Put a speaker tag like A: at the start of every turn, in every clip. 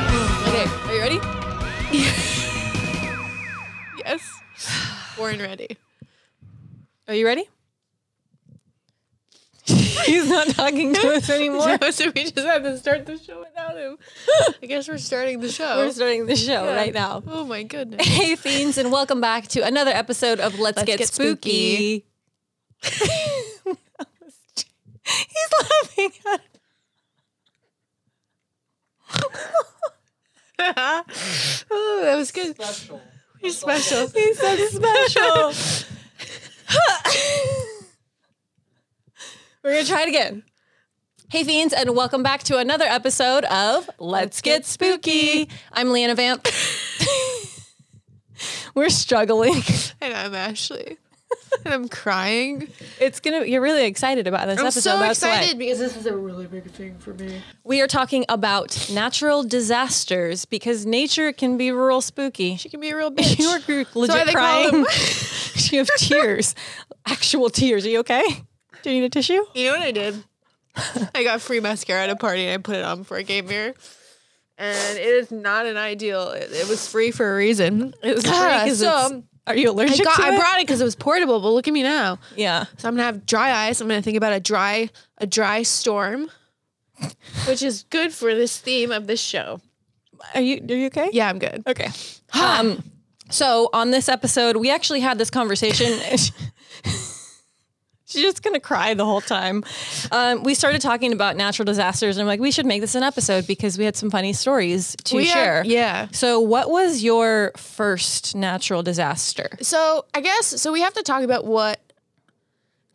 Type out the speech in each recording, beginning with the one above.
A: ready.
B: Are you ready? He's not talking to us anymore.
A: so we just had to start the show without him. I guess we're starting the show.
B: We're starting the show
A: Yeah.
B: right now.
A: Oh my goodness.
B: Hey, fiends, and welcome back to another episode of Let's,
A: Let's
B: Get,
A: Get
B: Spooky.
A: Spooky.
B: He's laughing at
A: oh, that was good. Special. We're special.
B: He's so special. We're going to try it again. Hey, fiends, and welcome back to another episode of Let's, Get,
A: Get
B: spooky. I'm Leanna Vamp. We're struggling.
A: and I'm Ashley. and I'm crying.
B: It's gonna. You're really excited about this
A: I'm
B: episode.
A: so
B: that's why.
A: excited because this is a really big thing for me.
B: We are talking about natural disasters because nature can be real spooky.
A: She can be a real bitch.
B: You are legit
A: they call
B: crying.
A: them-
B: you have tears, actual tears. Are you okay? Do you need a tissue?
A: You know what I did? I got free mascara at a party and I put it on before I came here. And it is not an ideal. It, it was free for a reason. It was free
B: Ah,
A: 'cause
B: so
A: it's-
B: Are you
A: I
B: allergic
A: got.
B: to
A: I
B: it?
A: brought it because it was portable. But look at me now.
B: yeah.
A: So I'm gonna have dry eyes. I'm gonna think about a dry a dry storm, which is good for this theme of this show.
B: Are you? Are you okay?
A: Yeah, I'm good.
B: Okay. Um. So on this episode, we actually had this conversation. She's just gonna cry the whole time. Um, we started talking about natural disasters, and I'm like, we should make this an episode because we had some funny stories to
A: We
B: share.
A: Are, yeah.
B: So, what was your first natural disaster?
A: So I guess so. We have to talk about what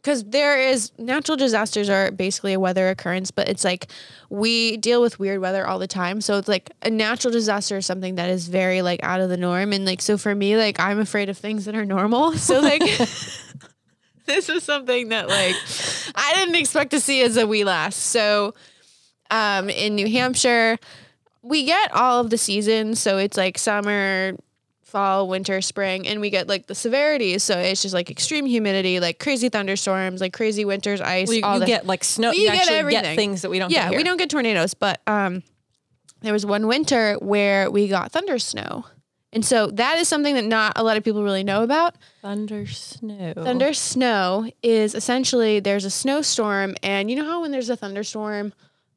A: because there is natural disasters are basically a weather occurrence, but it's like we deal with weird weather all the time. So it's like a natural disaster is something that is very like out of the norm, and like so for me, like I'm afraid of things that are normal. So like. This is something that like I didn't expect to see as a wee last. So um in New Hampshire, we get all of the seasons, so it's like summer, fall, winter, spring, and we get like the severities. So it's just like extreme humidity, like crazy thunderstorms, like crazy winters, ice.
B: Well, you,
A: all
B: you
A: the-
B: get like snow.
A: We
B: You,
A: get
B: actually get
A: everything.
B: things that we don't. get
A: yeah, we
B: here.
A: don't get tornadoes, but um, there was one winter where we got thunder snow, and so that is something that not a lot of people really know about.
B: thunder snow.
A: Thunder snow is essentially there's a snowstorm, and you know how when there's a thunderstorm,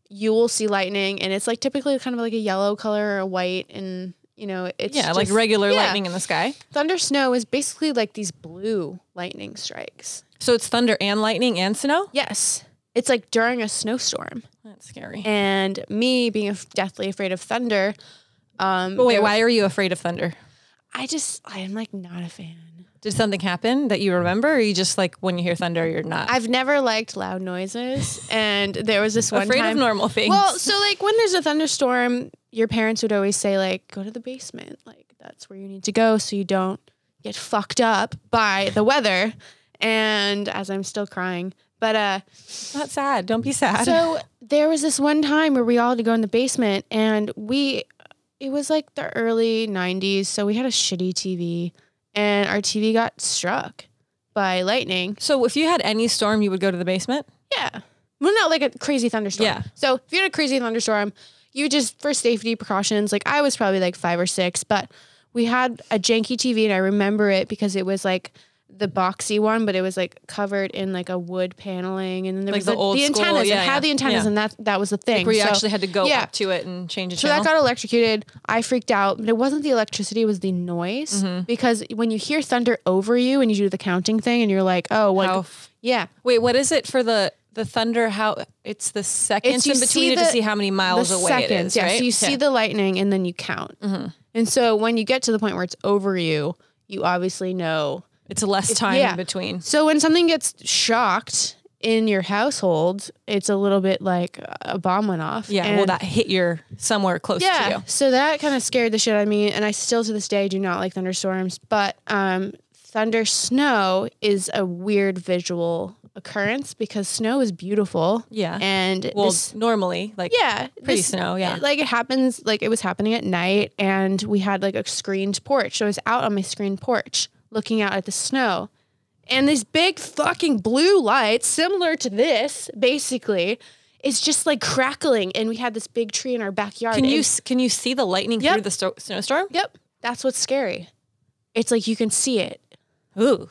A: you will see lightning, and it's like typically kind of like a yellow color or a white, and you know it's
B: Yeah, like
A: just-
B: regular
A: yeah.
B: lightning in the sky.
A: Thunder snow is basically like these blue lightning strikes.
B: So it's thunder and lightning and snow.
A: Yes, it's like during a snowstorm,
B: That's scary.
A: and me being af- deathly afraid of thunder. Um,
B: But wait,
A: there-
B: why are you afraid of thunder?
A: I just I'm like not a fan.
B: Did something happen that you remember, or you just like when you hear thunder, you're not
A: I've never liked loud noises, and there was this one
B: afraid
A: time.
B: of normal things?
A: Well, so like when there's a thunderstorm, your parents would always say like, "Go to the basement. Like that's where you need to go, so you don't get fucked up by the weather." And as I'm still crying, but uh,
B: it's not sad. Don't be sad.
A: so there was this one time where we all had to go in the basement, and we, it was like the early '90s, so we had a shitty TV, and our TV got struck by lightning.
B: So if you had any storm, you would go to the basement.
A: Yeah. Well, not like a crazy thunderstorm.
B: Yeah.
A: So if you had a crazy thunderstorm, you just for safety precautions. Like I was probably like five or six, but we had a janky TV, and I remember it because it was like the boxy one, but it was like covered in like a wood paneling, and then there
B: Like
A: was
B: the
A: the,
B: old
A: the
B: school,
A: antennas.
B: yeah,
A: it
B: yeah,
A: had the antennas,
B: yeah.
A: and that that was the thing.
B: Where you
A: So-
B: actually had to go
A: yeah.
B: up to it and change a
A: so
B: channel.
A: that got electrocuted. I freaked out, but it wasn't the electricity; it was the noise.
B: Mm-hmm.
A: Because when you hear thunder over you, and you do the counting thing, and you're like, "Oh, like,
B: How f-
A: yeah,
B: Wait, what is it for the the thunder? How it's the seconds
A: It's
B: in
A: you
B: between
A: see
B: it to
A: the-
B: see how many miles
A: the
B: away it is,
A: yeah.
B: right? Mm-hmm.
A: So you see the lightning and then you count. And so when you get to the point where it's over you, you obviously know.
B: it's less time
A: yeah.
B: in between.
A: So when something gets shocked in your household, it's a little bit like a bomb went off.
B: Yeah, well,
A: And-
B: that hit your somewhere close to
A: yeah.
B: you.
A: So that kind of scared the shit out of me, and I still to this day do not like thunderstorms. But um, thunder snow is a weird visual occurrence because snow is beautiful.
B: Yeah.
A: And
B: Well,
A: this-
B: normally, like
A: yeah,
B: pretty snow, yeah.
A: it- like it happens. Like it was happening at night, and we had like a screened porch. So I was out on my screened porch looking out at the snow, and these big fucking blue lights, similar to this, basically, is just like crackling. And we had this big tree in our backyard.
B: Can you
A: and-
B: s- can you see the lightning
A: Yep.
B: through the sto- snowstorm?
A: Yep, that's what's scary. It's like you can see it.
B: Ooh.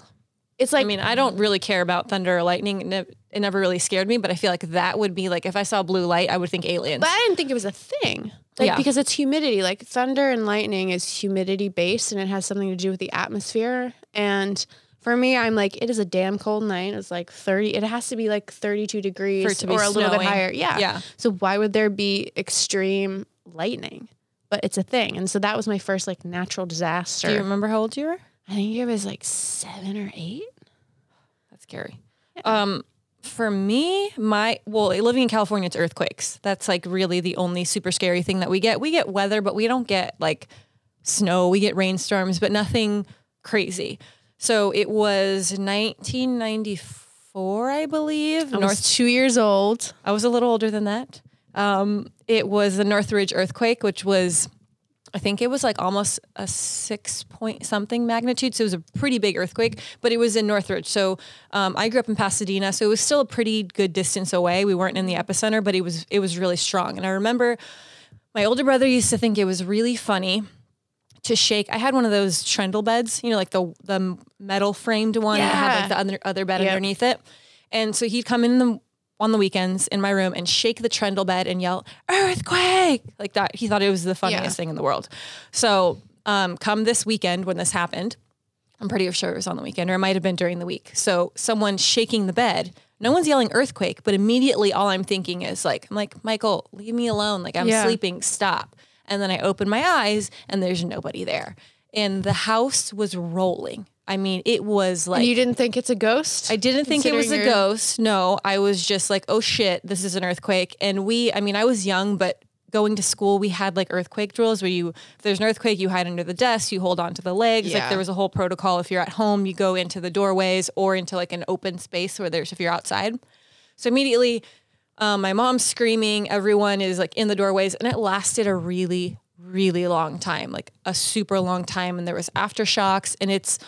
A: It's like
B: I mean, I don't really care about thunder or lightning. It, nev- it never really scared me, but I feel like that would be like if I saw blue light, I would think aliens.
A: But I didn't think it was a thing. Like
B: Yeah.
A: because it's humidity. Like thunder and lightning is humidity based and it has something to do with the atmosphere. And for me, I'm like, it is a damn cold night. It's like thirty it has to be like thirty two degrees
B: For it to be
A: or a little bit
B: snowing.
A: higher. Yeah.
B: Yeah.
A: So why would there be extreme lightning? But it's a thing. And so that was my first like natural disaster.
B: Do you remember how old you were?
A: I think it was like seven or eight.
B: That's scary. Um, for me, my well, living in California, it's earthquakes. That's like really the only super scary thing that we get. We get weather, but we don't get like snow. We get rainstorms, but nothing crazy. So it was 1994, I believe.
A: I was two years old.
B: I was a little older than that. Um, it was the Northridge earthquake, which was, I think it was like almost a six point something magnitude. So it was a pretty big earthquake, but it was in Northridge. So um, I grew up in Pasadena, so it was still a pretty good distance away. We weren't in the epicenter, but it was it was really strong. And I remember my older brother used to think it was really funny to shake. I had one of those trendle beds, you know, like the the metal framed one. and it had
A: Yeah.
B: like the other other bed
A: Yep.
B: underneath it. And so he'd come in the on the weekends in my room and shake the trendle bed and yell earthquake like that. He thought it was the funniest
A: Yeah.
B: thing in the world. So um, come this weekend when this happened, I'm pretty sure it was on the weekend or it might have been during the week. So someone shaking the bed. No one's yelling earthquake, but immediately all I'm thinking is like, I'm like, Michael, leave me alone. Like I'm
A: Yeah.
B: sleeping, stop. And then I open my eyes and there's nobody there. And the house was rolling. I mean, it was like
A: And you didn't think it's a ghost?
B: I didn't think it was a
A: Considering you're-
B: ghost. No, I was just like, oh shit, this is an earthquake. And we, I mean, I was young, but going to school, we had like earthquake drills where you, if there's an earthquake, you hide under the desk, you hold onto the legs.
A: Yeah.
B: Like there was a whole protocol. If you're at home, you go into the doorways or into like an open space where there's, if you're outside. So immediately, um, my mom's screaming. Everyone is like in the doorways, and it lasted a really, really long time, like a super long time. And there was aftershocks, and it's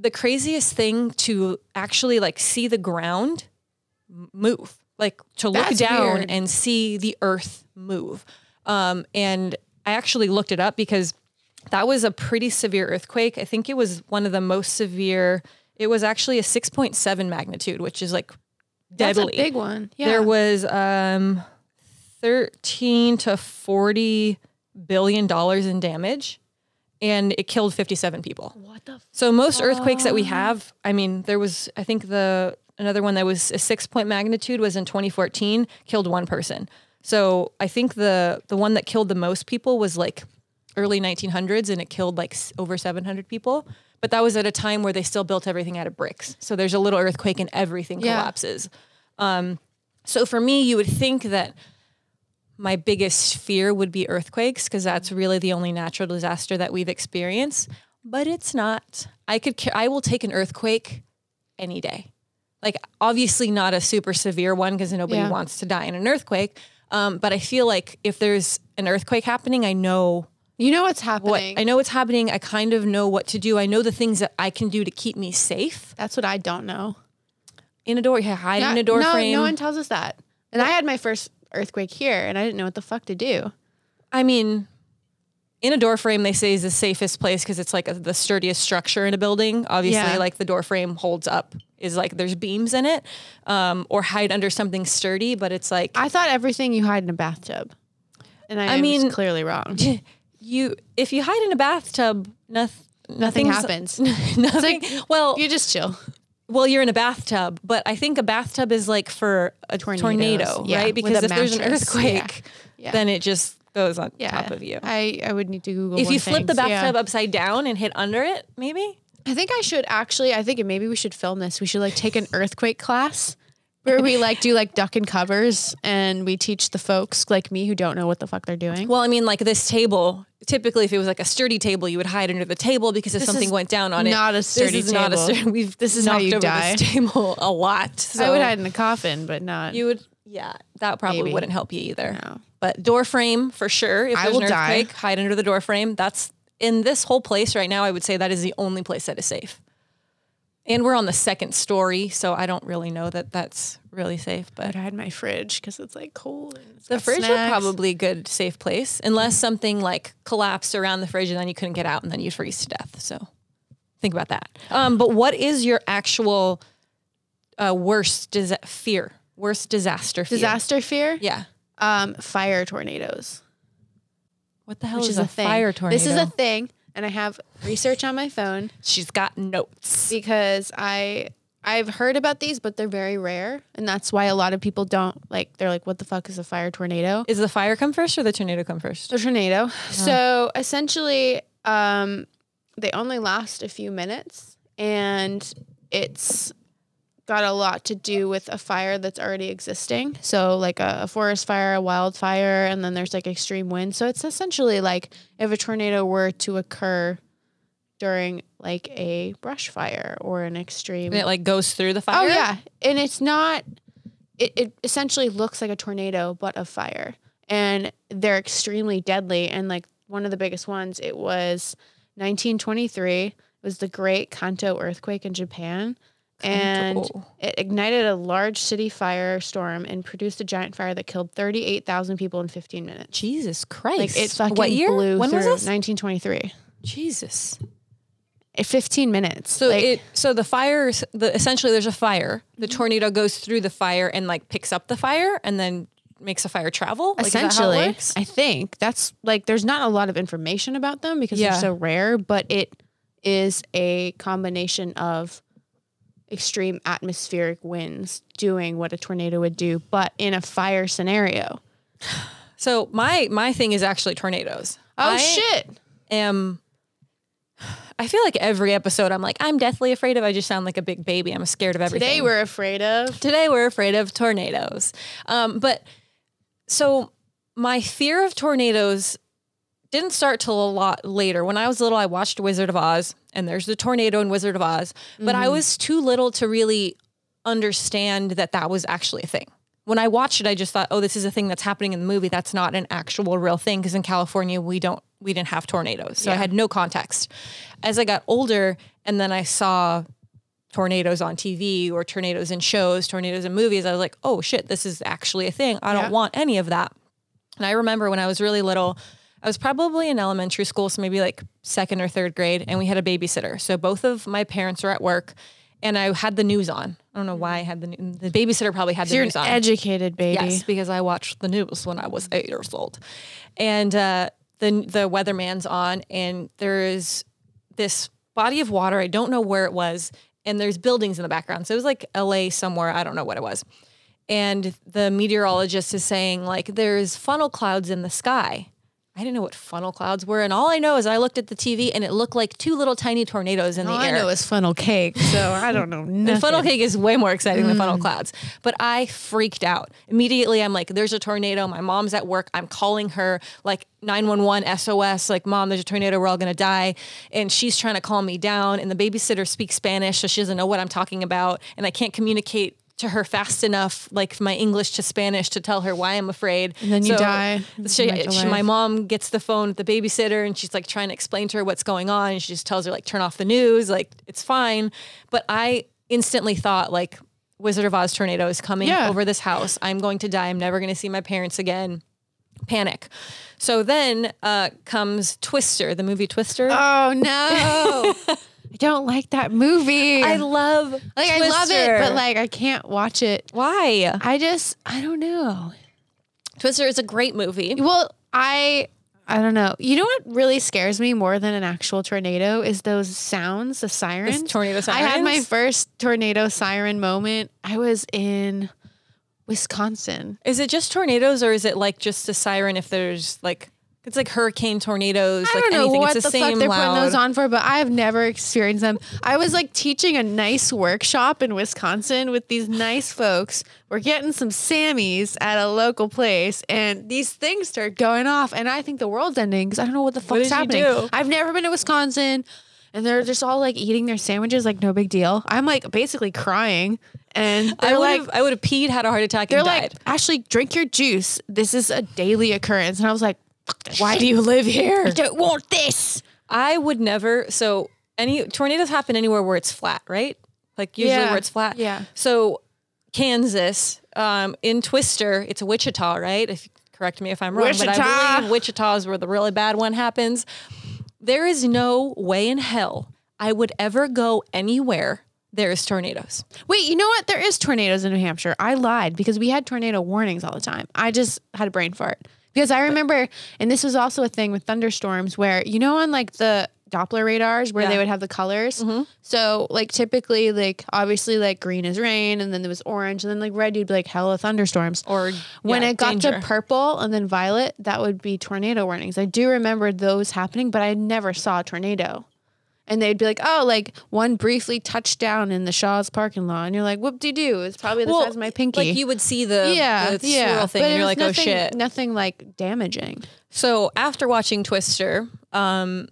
B: the craziest thing to actually like see the ground m- move, like to look
A: That's
B: down
A: weird.
B: and see the earth move. Um, and I actually looked it up because that was a pretty severe earthquake. I think it was one of the most severe. It was actually a 6.7 magnitude, which is like
A: That's
B: deadly.
A: a big one. Yeah.
B: There was um, 13 to 40 billion dollars in damage and it killed 57 people.
A: what the
B: So most earthquakes that we have, I mean, there was I think the another one that was a 6 point magnitude was in 2014, killed one person. So I think the the one that killed the most people was like early 1900s and it killed like s- over 700 people, but that was at a time where they still built everything out of bricks. So there's a little earthquake and everything
A: Yeah.
B: collapses. Um, So for me, you would think that my biggest fear would be earthquakes because that's really the only natural disaster that we've experienced, but it's not. I could ca- I will take an earthquake any day. Like obviously not a super severe one because nobody
A: Yeah.
B: wants to die in an earthquake. Um, but I feel like if there's an earthquake happening, I know
A: You know what's
B: what
A: happening.
B: I know what's happening. I kind of know what to do. I know the things that I can do to keep me safe
A: That's what I don't know.
B: in a door. Hide in
A: Not-
B: a door
A: no,
B: frame.
A: no one tells us that. And I had my first earthquake here, and I didn't know what the fuck to do.
B: I mean, in a door frame, they say is the safest place because it's like a, the sturdiest structure in a building. Obviously,
A: Yeah.
B: like the door frame holds up, is like there's beams in it, um, or hide under something sturdy. But it's like
A: I thought everything you hide in a bathtub, and I, am
B: mean-
A: just clearly wrong.
B: you, if you hide in a bathtub, nothing.
A: Nothing happens.
B: Nothing. well,
A: you just chill.
B: well, you're in a bathtub, but I think a bathtub is like for a tornado,
A: Tornadoes, yeah,
B: right?
A: with
B: Because
A: a
B: if there's an
A: mattress, yeah.
B: earthquake,
A: Yeah.
B: then it just goes on
A: Yeah.
B: top of you.
A: I, I would need to Google.
B: if
A: more
B: you flip the
A: things. Yeah.
B: bathtub upside down and hit under it, maybe
A: I think I should actually. I think maybe we should film this. We should like take an earthquake class where we like do like duck and covers, and we teach the folks like me who don't know what the fuck they're doing.
B: Well, I mean, like this table. Typically, if it was like a sturdy table, you would hide under the table because if something
A: is
B: went down on it,
A: not a sturdy
B: this is Not a
A: table.
B: sturdy, we've this
A: is how you die.
B: This table a lot. So
A: I would hide in a coffin, but not.
B: You would, yeah. That probably
A: Maybe.
B: wouldn't help you either.
A: No.
B: But door frame for sure. If
A: I
B: there's
A: will
B: an
A: die.
B: earthquake, hide under the door frame. That's in this whole place right now. I would say that is the only place that is safe. And we're on the second story, so I don't really know that that's really safe. But
A: I'd hide in my fridge because it's like cold. And it's
B: The
A: got
B: fridge
A: snacks.
B: would probably a good safe place, unless something like collapsed around the fridge and then you couldn't get out and then you'd freeze to death. So Think about that. Um, but what is your actual uh, worst disa- fear? Worst disaster fear?
A: Disaster fear?
B: Yeah.
A: Um, fire tornadoes.
B: What the hell
A: Which
B: is,
A: is
B: a,
A: a thing.
B: fire tornado?
A: This is a thing, and I have research on my phone
B: She's got notes.
A: because I I've heard about these, but they're very rare, and that's why a lot of people don't like. They're like, "What the fuck is a fire tornado?"
B: Is the fire come first or the tornado come first?
A: The tornado. So essentially, um, they only last a few minutes, and it's got a lot to do with a fire that's already existing. So like a, a forest fire, a wildfire, and then there's like extreme wind. So it's essentially like if a tornado were to occur during like a brush fire or an extreme.
B: And it like goes through the
A: Oh
B: fire.
A: yeah, and it's not. It, it essentially looks like a tornado, but a fire, and they're extremely deadly. And like one of the biggest ones, it was 1923. It was the Great Kanto earthquake in Japan, and
B: Kanto.
A: it ignited a large city firestorm and produced a giant fire that killed 38,000 people in 15 minutes.
B: Jesus Christ!
A: Like it fucking
B: what year?
A: blew
B: when
A: through
B: was this?
A: 1923.
B: Jesus.
A: Eh, 15 minutes.
B: So
A: Like, Mm-hmm.
B: it so the fire is- the essentially there's a fire. The tornado goes through the fire and like picks up the fire and then makes a fire travel. Like, is that how it
A: essentially
B: works?
A: i think that's like there's not a lot of information about them because
B: Yeah.
A: they're so rare but it is a combination of extreme atmospheric winds doing what a tornado would do but in a fire scenario
B: So my my thing is actually tornadoes.
A: oh
B: I
A: shit
B: Am I feel like every episode I'm like I'm deathly afraid of. I just sound like a big baby. I'm scared of everything.
A: today we're afraid of
B: today we're afraid of tornadoes. Um, but so my fear of tornadoes didn't start till a lot later. When I was little, I watched Wizard of Oz, and there's the tornado in Wizard of Oz. But I was too little to really understand that that was actually a thing. When I watched it, I just thought, "Oh, this is a thing that's happening in the movie. That's not an actual real thing." Because in California, we don't we didn't have tornadoes, so I had no context. As I got older, and then I saw tornadoes on TV or tornadoes in shows, tornadoes in movies, I was like, "Oh shit, this is actually a thing. I don't
A: Yeah.
B: want any of that." And I remember when I was really little, I was probably in elementary school, so maybe like second or third grade, and we had a babysitter. So both of my parents were at work, and I had the news on. I don't know why I had the new, the babysitter probably had the
A: you're an
B: news on.
A: educated baby
B: Yes, because I watched the news when I was eight years old, and uh, the the weatherman's on, and there is this body of water. I don't know where it was, and there's buildings in the background. So it was like L.A. somewhere. I don't know what it was, and the meteorologist is saying like there's funnel clouds in the sky. I didn't know what funnel clouds were, and all I know is I looked at the TV and it looked like two little tiny tornadoes in
A: all
B: the air.
A: i know is funnel cake so i don't know
B: And
A: nothing. Mm.
B: funnel cake is way more exciting than funnel clouds. But I freaked out. Immediately, I'm like, there's a tornado. My mom's at work. I'm calling her, like 911 SOS, like, mom, there's a tornado. We're all going to die. And she's trying to calm me down. And the babysitter speaks Spanish, so she doesn't know what I'm talking about. And I can't communicate to her fast enough, like my English to Spanish, to tell her why I'm afraid. And
A: then you die.
B: She,
A: Come back to
B: she-
A: life.
B: my mom gets the phone with the babysitter and she's like trying to explain to her what's going on and she just tells her like turn off the news like it's fine but i instantly thought like wizard of oz tornado is coming
A: Yeah.
B: over this house i'm going to die i'm never going to see my parents again panic so then uh, comes twister the movie twister
A: oh no i don't like that movie
B: i love
A: like i love it but
B: Twister.
A: like i can't watch it
B: why
A: i just i don't know
B: twister is a great movie
A: Well, I I don't know. You know what really scares me more than an actual tornado is those sounds, the sirens.
B: tornado
A: I had my
B: sirens?
A: first tornado siren moment. I was in Wisconsin.
B: Is it just tornadoes or is it like just a siren if there's like it's like hurricane tornadoes,
A: I
B: like
A: don't know
B: anything.
A: what
B: it's
A: the
B: the, same
A: fuck they're
B: loud.
A: putting those on for, but I have never experienced them. I was like teaching a nice workshop in Wisconsin with these nice folks. We're getting some Sammys at a local place, and these things start going off, and I think the world's ending because I don't know what the fuck's
B: did you
A: happening.
B: do?
A: I've never been to Wisconsin, and they're just all like eating their sandwiches like no big deal. I'm like basically crying, and
B: I
A: they're
B: would
A: like.
B: have I would have peed, had a heart attack,
A: They're
B: and
A: like,
B: died.
A: Ashley, drink your juice. This is a daily occurrence. And I was like, "Fuck this why do you live here? I don't want this.
B: I would never. So any tornadoes happen anywhere where it's flat, right? Like usually
A: Yeah.
B: where it's flat.
A: Yeah.
B: So Kansas, um, in Twister, it's Wichita, right? If correct me if I'm wrong, but I
A: Wichita.
B: believe Wichita is where the really bad one happens. There is no way in hell I would ever go anywhere there is tornadoes.
A: Wait, you know what? There is tornadoes in New Hampshire. I lied because we had tornado warnings all the time. I just had a brain fart because I remember, and this was also a thing with thunderstorms where you know on like the Doppler radars where they
B: Yeah.
A: would have the colors. So like typically like obviously like green is rain and then there was orange and then like red you'd be like hella thunderstorms.
B: Or,
A: when
B: yeah,
A: it got to
B: danger.
A: purple and then violet, that would be tornado warnings. I do remember those happening, but I never saw a tornado. And they'd be like, oh, like one briefly touched down in the Shaw's parking lot. And you're like, whoop de doo. It's probably the size of my pinky.
B: Like you would see the
A: yeah.
B: the
A: yeah.
B: swirl thing,
A: But
B: and
A: it
B: you're
A: was
B: like, oh
A: nothing,
B: shit.
A: Nothing like damaging.
B: So after watching Twister, um,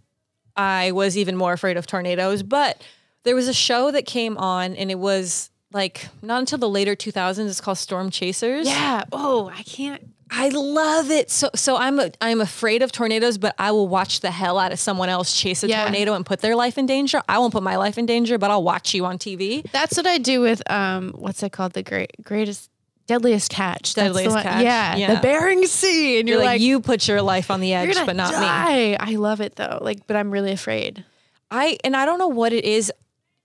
B: I was even more afraid of tornadoes. But there was a show that came on, and it was like not until the later 2000s. It's called Storm Chasers.
A: Yeah. Oh, I can't.
B: I love it. So so I'm a, I'm afraid of tornadoes, but I will watch the hell out of someone else chase a
A: Yeah.
B: tornado and put their life in danger. I won't put my life in danger, but I'll watch you on TV.
A: That's what I do with, um, what's it called? The great, greatest, deadliest catch. That's the
B: Deadliest
A: one-
B: Catch.
A: Yeah,
B: Yeah.
A: The Bering Sea. And
B: You're,
A: you're,
B: like,
A: like,
B: you put your life on the
A: you're
B: edge,
A: gonna
B: but not me.
A: die. I love it though. Like, but I'm really afraid.
B: I and I don't know what it is,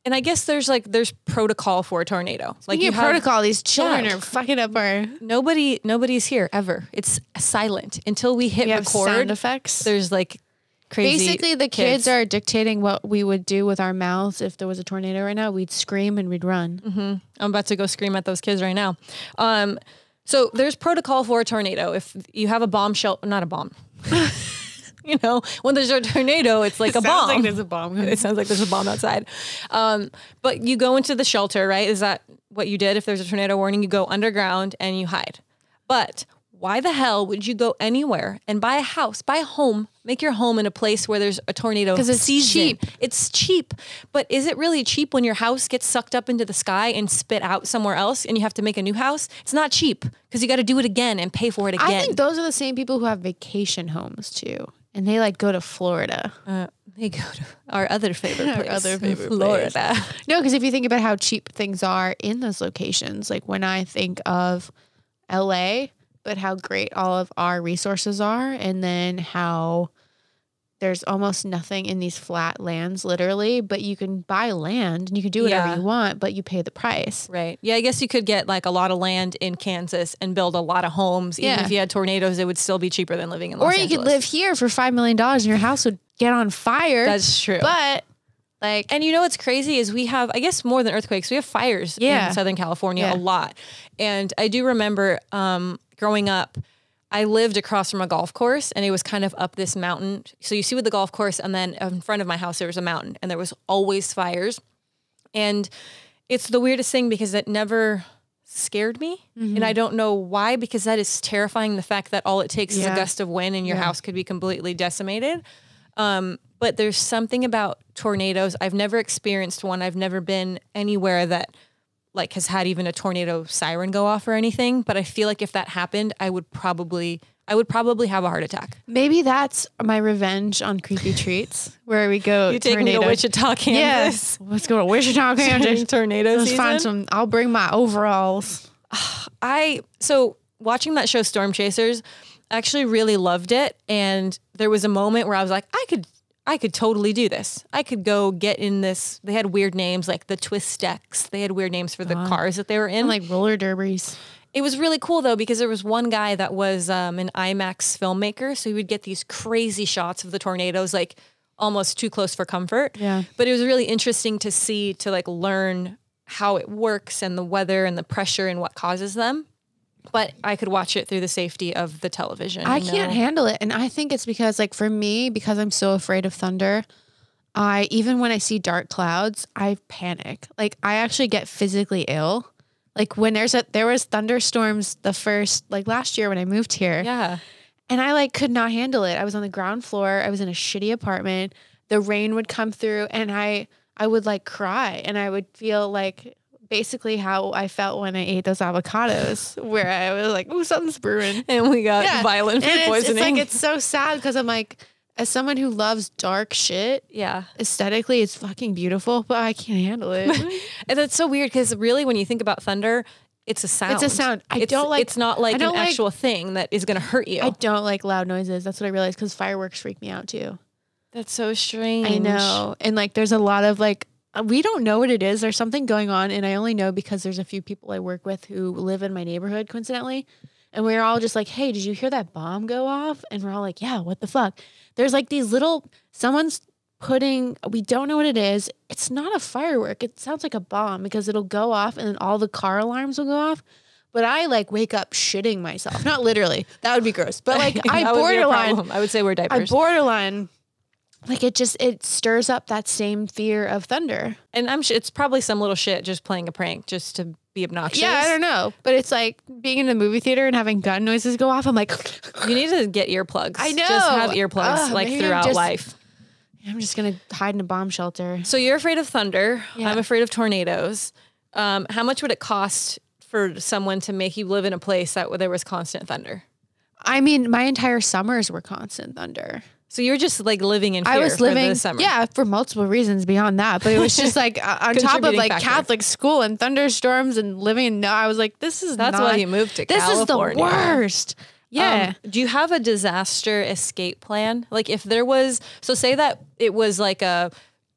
B: and I guess there's like there's protocol for a tornado. Like
A: Speaking
B: you
A: of
B: have-
A: protocol, these children
B: Yeah.
A: are fucking up our.
B: nobody nobody's here ever. It's silent until we hit
A: We have sound
B: record.
A: effects.
B: There's like crazy.
A: Basically, the kids, are dictating what we would do with our mouths if there was a tornado right now. We'd scream and we'd run.
B: I'm about to go scream at those kids right now. Um, so there's protocol for a tornado. If you have a bomb shell, not a bomb. you know, when there's a tornado, it's like a bomb.
A: a bomb.
B: it sounds like there's a bomb outside. Um, but you go into the shelter, right? Is that what you did? If there's a tornado warning, you go underground and you hide. But why the hell would you go anywhere and buy a house, buy a home, make your home in a place where there's a tornado?
A: 'Cause it's cheap.
B: It's cheap. But is it really cheap when your house gets sucked up into the sky and spit out somewhere else and you have to make a new house? It's not cheap because you got to do it again and pay for it again.
A: I think those are the same people who have vacation homes too, and they like go to Florida.
B: uh, they go to our other favorite
A: Our
B: place,
A: other favorite place.
B: Florida.
A: No, because if you think about how cheap things are in those locations, like when I think of LA, but how great all of our resources are, and then how there's almost nothing in these flat lands, literally, but you can buy land and you can do whatever
B: Yeah.
A: you want, but you pay the price.
B: Right. Yeah, I guess you could get like a lot of land in Kansas and build a lot of homes. Even
A: Yeah.
B: if you had tornadoes, it would still be cheaper than living in
A: Or
B: Los
A: you could
B: Angeles.
A: live here for $5 million and your house would get on fire.
B: That's true.
A: But, like,
B: and you know what's crazy is we have, I guess, more than earthquakes. We have fires
A: Yeah.
B: in Southern California
A: Yeah.
B: a lot. And I do remember um, growing up, I lived across from a golf course and it was kind of up this mountain. So you see with the golf course, and then in front of my house, there was a mountain and there was always fires. And it's the weirdest thing because it never scared me. And
A: Mm-hmm.
B: I don't know why, because that is terrifying the fact that all it takes is
A: Yeah.
B: a gust of wind and your
A: Yeah.
B: house could be completely decimated. Um, but there's something about tornadoes. I've never experienced one, I've never been anywhere that like has had even a tornado siren go off or anything but i feel like if that happened i would probably i would probably have a heart attack
A: maybe that's my revenge on Creepy Treats, where we go.
B: you take me to
A: tornado-
B: wichita kansas
A: Yes. Let's go to Wichita, Kansas.
B: tornado
A: Let's
B: season.
A: find some. I'll bring my overalls.
B: I so watching that show Storm Chasers, I actually really loved it. And there was a moment where I was like, I could I could totally do this. I could go get in this. They had weird names like the twist decks. They had weird names for the cars that they were in.
A: and, like roller derbies.
B: It was really cool though because there was one guy that was um, an IMAX filmmaker, so he would get these crazy shots of the tornadoes, like almost too close for comfort.
A: Yeah.
B: But it was really interesting to see to like learn how it works and the weather and the pressure and what causes them. But I could watch it through the safety of the television.
A: I
B: you know?
A: can't handle it. And I think it's because, like, for me, because I'm so afraid of thunder, I, even when I see dark clouds, I panic. Like, I actually get physically ill. Like, when there's a, there was thunderstorms the first, like last year when I moved here.
B: Yeah.
A: And I like could not handle it. I was on the ground floor. I was in a shitty apartment. The rain would come through and I I would like cry and I would feel like basically how I felt when I ate those avocados where I was like, "Ooh, something's brewing."
B: And we got
A: Yeah.
B: violent
A: And
B: food
A: it's, it's,
B: poisoning.
A: like it's so sad cuz I'm like as someone who loves dark shit,
B: yeah.
A: aesthetically it's fucking beautiful, but I can't handle it.
B: And that's so weird because really, when you think about thunder, it's a sound.
A: sound. I
B: It's-
A: don't like-
B: It's not like an
A: don't like-
B: actual thing that is going to hurt you.
A: I don't like loud noises. That's what I realized cuz fireworks freak me out too.
B: That's so strange.
A: I know. And like there's a lot of like uh, we don't know what it is. There's something going on and I only know because there's a few people I work with who live in my neighborhood coincidentally. And we are all just like, "Hey, did you hear that bomb go off?" And we're all like, "Yeah, what the fuck?" There's like these little someone's putting we don't know what it is. It's not a firework. It sounds like a bomb because it'll go off and then all the car alarms will go off. But I like wake up shitting myself. Not literally. That would be gross. But like I
B: That would be a
A: borderline
B: problem. I would say we're
A: I
B: diapers.
A: borderline like it just it stirs up that same fear of thunder.
B: and I'm sure it's probably some little shit just playing a prank just to be obnoxious.
A: Yeah, I don't know, but it's like being in a movie theater and having gun noises go off. I'm like,
B: You need to get earplugs.
A: I
B: Just
A: know.
B: have earplugs
A: Ugh,
B: like
A: maybe I'm
B: throughout
A: just-
B: life.
A: I'm just gonna hide in a bomb shelter.
B: So you're afraid of thunder.
A: Yeah.
B: I'm afraid of tornadoes. Um, how much would it cost for someone to make you live in a place that where there was constant thunder?
A: I mean, my entire summers were constant thunder.
B: So you were just like living in fear
A: I was
B: for
A: living,
B: the summer.
A: yeah, for multiple reasons beyond that, but it was just like uh, on top of
B: Contributing
A: like
B: factor.
A: Catholic school and thunderstorms and living. in No, I was like, this is
B: That's
A: not,
B: why he moved to
A: This is the
B: California.
A: worst. Yeah,
B: Um, do you have a disaster escape plan? Like if there was, so say that it was like a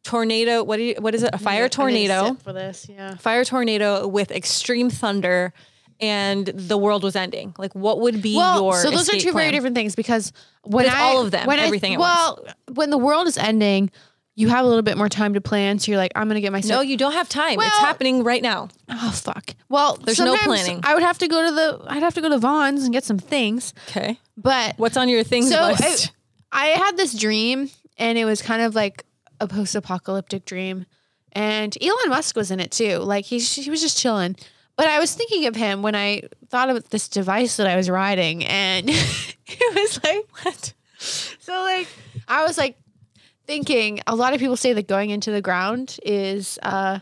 B: tornado. What do you, what is it? A fire tornado,
A: for this. Yeah.
B: fire tornado with extreme thunder, and the world was ending. Like what would be your?
A: so those are
B: escape
A: two very
B: plan?
A: different things because when
B: it's
A: I,
B: all of them,
A: when I-
B: everything at
A: well, when the world is ending, you have a little bit more time to plan. So you're like, I'm gonna get
B: No,
A: myself.
B: you don't have time. it's
A: Well-
B: happening right now.
A: oh fuck. Well, there's
B: no planning.
A: I would have to go to the. I'd have to go to Vaughn's and get some things.
B: Okay.
A: But
B: What's on your things
A: so I,
B: list?
A: I had this dream, and it was kind of like a post-apocalyptic dream, and Elon Musk was in it too. Like he he was just chilling. But I was thinking of him when I thought of this device that I was riding, and it was like what. So like I was like thinking a lot of people say that going into the ground is uh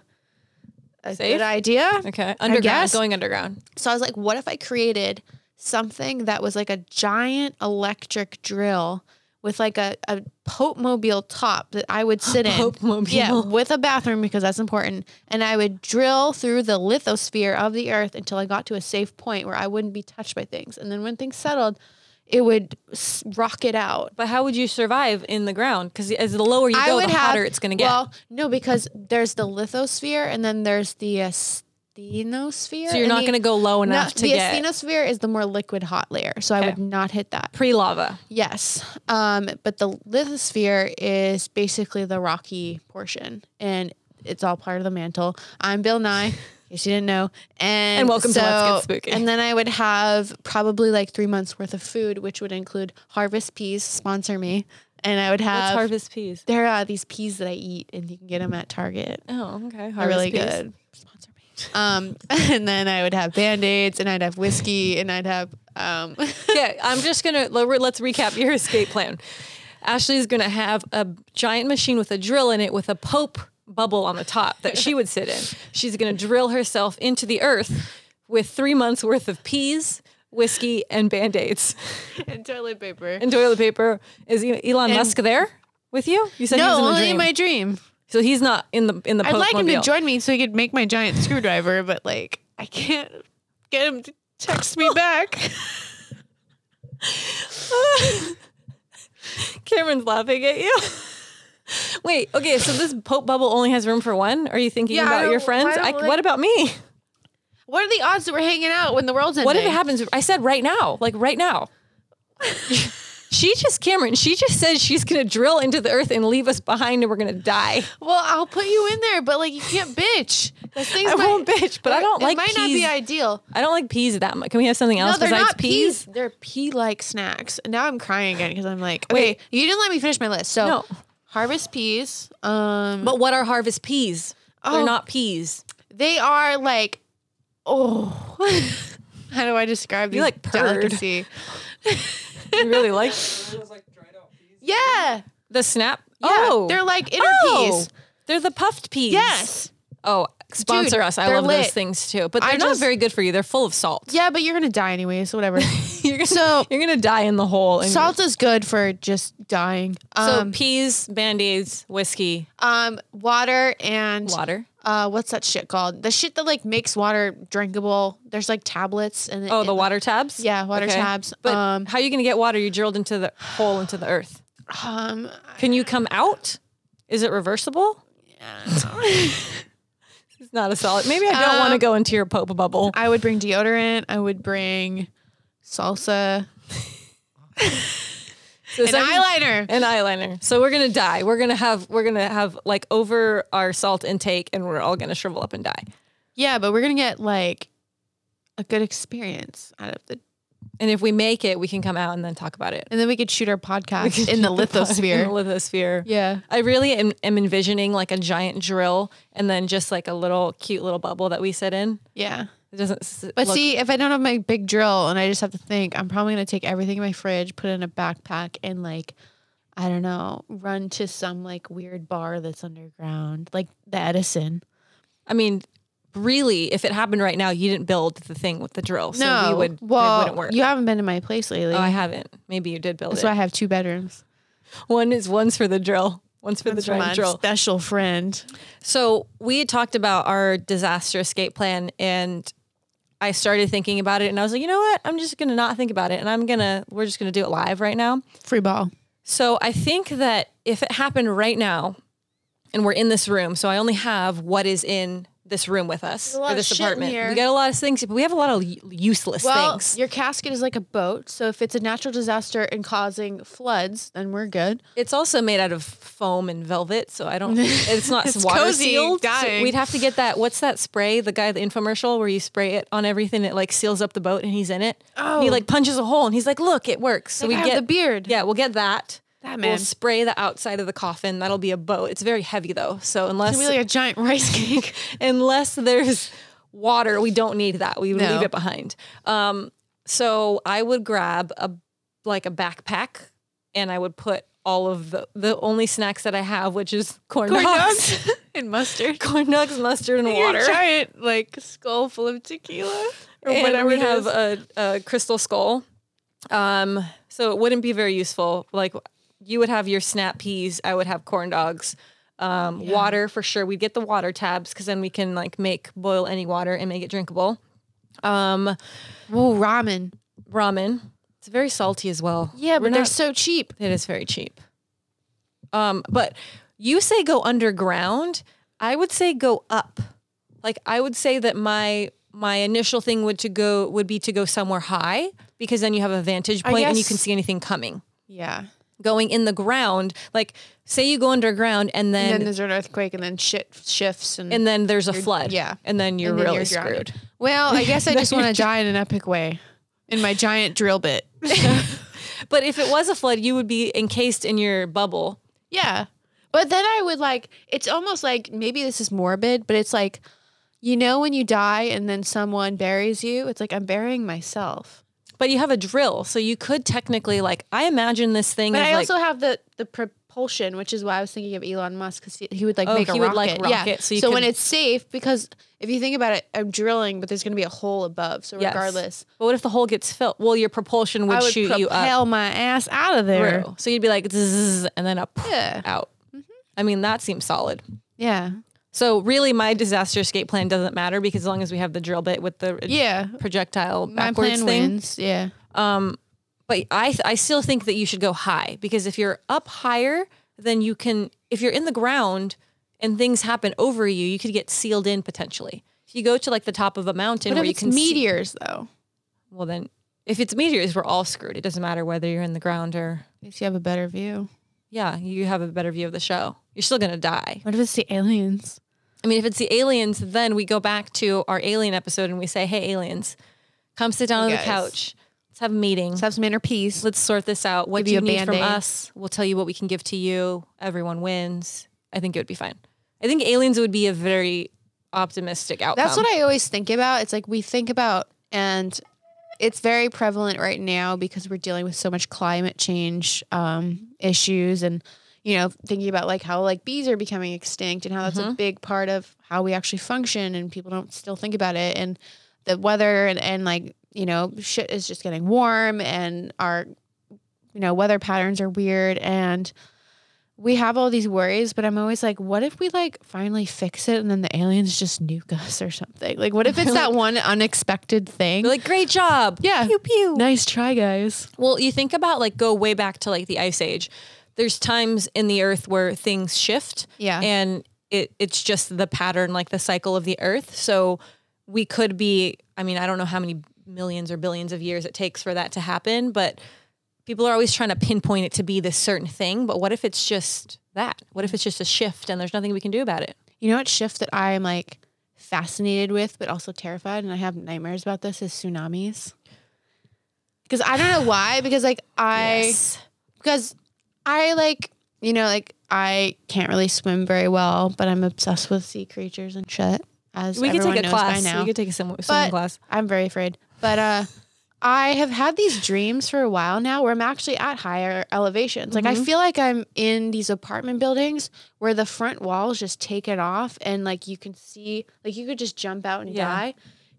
A: a
B: Safe?
A: good idea.
B: okay. Underground.
A: guess.
B: Going underground.
A: So I was like what if I created something that was like a giant electric drill with like a, a Pope mobile top that I would sit in.
B: Popemobile.
A: Yeah, with a bathroom because that's important. And I would drill through the lithosphere of the earth until I got to a safe point where I wouldn't be touched by things. And then when things settled, it would s- rocket out.
B: But how would you survive in the ground? Because as the lower you go, the hotter it's going to get.
A: Well, no, because there's the lithosphere and then there's the asthenosphere.
B: so you're
A: and
B: not
A: the-
B: going to go low
A: no,
B: enough to
A: the
B: get
A: asthenosphere is the more liquid hot layer, so I
B: Okay.
A: would not hit that.
B: pre lava.
A: Yes, um, but the lithosphere is basically the rocky portion, and it's all part of the mantle. I'm Bill Nye. In case you didn't know, and,
B: And welcome to Let's Get
A: so-
B: Spooky.
A: And then I would have probably like three months worth of food, which would include harvest peas. Sponsor me, and I would
B: What's
A: have
B: harvest peas?
A: there are uh, these peas that I eat, and you can get them at Target.
B: Oh, okay. Harvest
A: They're really
B: peas.
A: good. Sponsor me. Um, and then I would have band aids, and I'd have whiskey, and I'd have um,
B: yeah, I'm just gonna let- let's recap your escape plan. Ashley's gonna have a giant machine with a drill in it with a pope bubble on the top that she would sit in. She's gonna drill herself into the earth with three months worth of peas, whiskey, and band aids
A: and toilet paper.
B: and toilet paper. Is E- Elon Musk there with you? You said he
A: no,
B: was in the
A: only
B: dream.
A: my dream.
B: so he's not in the in the.
A: I'd like him to
B: Popemobile.
A: join me so he could make my giant screwdriver, but like I can't get him to text me back.
B: Cameron's laughing at you. Wait, okay, so this Pope bubble only has room for one? Are you thinking
A: Yeah, I
B: about your
A: don't-
B: friends?
A: I
B: I,
A: don't like-
B: what about me?
A: what are the odds that we're hanging out when the world's ending?
B: What if it happens? I said right now, like right now. she just, Cameron, she just said she's going to drill into the earth and leave us behind and we're going to die.
A: Well, I'll put you in there, but like you can't bitch. Those things
B: I
A: might-
B: won't bitch, but I don't
A: it
B: like
A: might not
B: peas.
A: be ideal.
B: I don't like peas that much. Can we have something else besides peas?
A: They're pea-like snacks. And Now I'm crying again because I'm like, okay, you didn't let me finish my list. So
B: No.
A: harvest peas. Um,
B: But what are harvest peas?
A: Oh.
B: They're not peas.
A: they are like, oh, how do I describe these
B: You, like, purred.
A: delicacy?
B: You really like
A: Yeah,
B: the snap?
A: oh,
B: oh,
A: they're like inner peas.
B: They're the puffed peas.
A: Yes.
B: Oh, sponsor
A: Dude,
B: us. I
A: they're
B: love
A: lit.
B: those things too. But
A: I
B: they're not
A: just-
B: very good for you. They're full of salt.
A: Yeah, but you're gonna die anyway, so whatever.
B: You're gonna,
A: So-
B: you're gonna die in the hole. and-
A: Salt is good for just dying.
B: so
A: Um,
B: peas, band-aids, whiskey,
A: um, water and
B: water.
A: uh, what's that shit called? The shit that like makes water drinkable. There's like tablets and
B: Oh,
A: it-
B: the water tabs?
A: Yeah, water tabs.
B: But
A: Um,
B: how are you gonna get water? You drilled into the hole into the earth.
A: Um,
B: Can you come out? Is it reversible? It's not a solid. Maybe I don't
A: Um,
B: want to go into your Pope bubble.
A: I would bring deodorant. I would bring salsa
B: So
A: and
B: some-
A: eyeliner.
B: an eyeliner. So we're gonna die. We're gonna have we're gonna have like over our salt intake, and we're all gonna shrivel up and die.
A: Yeah, but we're gonna get like a good experience out of the,
B: And if we make it, we can come out and then talk about it
A: and then we could shoot our podcast in the lithosphere.
B: In the lithosphere.
A: yeah,
B: I really am, am envisioning like a giant drill, and then just like a little cute little bubble that we sit in.
A: yeah.
B: It doesn't. s-
A: But
B: look-
A: see, if I don't have my big drill and I just have to think, I'm probably gonna take everything in my fridge, put it in a backpack, and like, I don't know, run to some like weird bar that's underground, like the Edison.
B: I mean, really, if it happened right now, you didn't build the thing with the drill, so
A: no,
B: we would it
A: well,
B: wouldn't work.
A: you haven't been to my place lately.
B: oh, I haven't. Maybe you did build
A: that's
B: it.
A: why I have two bedrooms.
B: One is one's for the drill. One's for the
A: For my
B: giant drill.
A: special friend.
B: So we had talked about our disaster escape plan and I started thinking about it and I was like, you know what? I'm just gonna not think about it and I'm gonna we're just gonna do it live right now.
A: Free ball.
B: So I think that if it happened right now and we're in this room, so I only have what is in this room with us
A: a lot
B: or
A: of
B: this
A: shit in
B: apartment.
A: here.
B: We got a lot of things, but we have a lot of u- useless
A: Well,
B: things.
A: your casket is like a boat, so if it's a natural disaster and causing floods, then we're good.
B: It's also made out of foam and velvet, so I don't. It's not
A: It's
B: water
A: cozy,
B: sealed. so
A: dying.
B: we'd have to get that. What's that spray? The guy, the infomercial where you spray it on everything, it like seals up the boat, and he's in it. And he
A: Oh.
B: like punches a hole, and he's like, "Look, it works." So
A: Like,
B: we
A: I have
B: get
A: the beard.
B: Yeah, we'll get that.
A: That
B: We'll
A: man.
B: spray the outside of the coffin. That'll be a boat. It's very heavy though, so unless
A: It's gonna be like a giant rice cake.
B: unless there's water, we don't need that. We would
A: No.
B: leave it behind. Um, so I would grab a like a backpack, and I would put all of the the only snacks that I have, which is corn,
A: Corn
B: dogs,
A: dogs and mustard.
B: corn dogs, mustard, and
A: Your
B: water.
A: giant like skull full of tequila or
B: And
A: whatever
B: we
A: it
B: have
A: is.
B: A, a crystal skull. Um, so it wouldn't be very useful. Like you would have your snap peas, I would have corn dogs. Um, water for sure. We'd get the water tabs because then we can like make boil any water and make it drinkable. Um,
A: Whoa, ramen.
B: ramen. It's very salty as well.
A: Yeah,
B: We're
A: but they're
B: not-
A: so cheap.
B: it is very cheap. Um, but you say go underground. I would say go up. Like I would say that my my initial thing would to go would be to go somewhere high because then you have a vantage point and you
A: guess-
B: can see anything coming.
A: Yeah.
B: Going in the ground, like say you go underground and then and
A: And, then
B: then,
A: there's an earthquake and then shit shifts and,
B: there's a flood.
A: yeah.
B: and then you're
A: and then
B: really
A: you're drowning.
B: screwed.
A: Well, I guess I just want to die in an epic way. In my giant drill bit.
B: But if it was a flood, you would be encased in your bubble.
A: Yeah. But then I would like, it's almost like maybe this is morbid, but it's like, you know, when you die and then someone buries you, it's like, I'm burying myself.
B: But you have a drill, so you could technically like I imagine this thing.
A: But
B: is
A: I
B: like,
A: also have the, the propulsion, which is why I was thinking of Elon Musk because he, he would like
B: Oh,
A: make a
B: he would,
A: rocket.
B: like,
A: yeah.
B: rocket, so you
A: when
B: could-
A: it's safe, because if you think about it, I'm drilling, but there's going to be a hole above. So
B: Yes.
A: regardless,
B: But what if the hole gets filled? Well, your propulsion would,
A: I would
B: shoot
A: propel
B: you up
A: my ass out of there.
B: through. So you'd be like zzz, and then up
A: Yeah. Mm-hmm.
B: out. I mean, that seems solid.
A: Yeah.
B: So really, my disaster escape plan doesn't matter because as long as we have the drill bit with the
A: Yeah.
B: projectile
A: My
B: backwards
A: plan
B: thing.
A: wins. Yeah.
B: Um, But I I still think that you should go high because if you're up higher, then you can. If you're in the ground and things happen over you, you could get sealed in potentially. If you go to like the top of a mountain
A: But
B: where
A: if
B: you
A: it's
B: can see-
A: meteors, though,
B: well then. If it's meteors, we're all screwed. It doesn't matter whether you're in the ground or
A: at least you have a better view.
B: yeah, you have a better view of the show. You're still gonna die.
A: What if it's the aliens?
B: I mean, if it's the aliens, then we go back to our alien episode and we say, "Hey, aliens, come sit down on the
A: guys.
B: couch. Let's have a meeting.
A: Let's have some inner peace.
B: Let's sort this out. What
A: Give
B: do
A: you
B: you,
A: a
B: need from
A: Band-Aid.
B: us? We'll tell you what we can give to you. Everyone wins. I think it would be fine. I think aliens would be a very optimistic outcome.
A: That's what I always think about. It's like we think about, and it's very prevalent right now because we're dealing with so much climate change um, issues, and you know, thinking about like how like bees are becoming extinct and how that's a big part of how we actually function, and people don't still think about it, and the weather and and like you know, shit is just getting warm, and our you know weather patterns are weird and we have all these worries but i'm always like what if we like finally fix it and then the aliens just nuke us or something like what if it's that one unexpected thing
B: You're like, great job.
A: Yeah.
B: Pew pew.
A: nice try guys
B: Well, you think about like go way back to like the ice age. there's times in the earth where things shift.
A: Yeah.
B: And it, it's just the pattern, like the cycle of the earth. So we could be, I mean, I don't know how many millions or billions of years it takes for that to happen, but people are always trying to pinpoint it to be this certain thing. But what if it's just that? What if it's just a shift and there's nothing we can do about it?
A: You know what shift that I am like fascinated with, but also terrified, and I have nightmares about this is tsunamis. Because I don't know why. Because like I, because I like you know like I can't really swim very well, but I'm obsessed with sea creatures and shit. As
B: We could
A: everyone
B: take a
A: knows
B: class.
A: by now,
B: We could take a swim, swimming
A: But-
B: class.
A: I'm very afraid. But uh I have had these dreams for a while now where I'm actually at higher elevations. Like
B: Mm-hmm.
A: I feel like I'm in these apartment buildings where the front wall is just taken off and like you can see like you could just jump out and
B: Yeah.
A: die.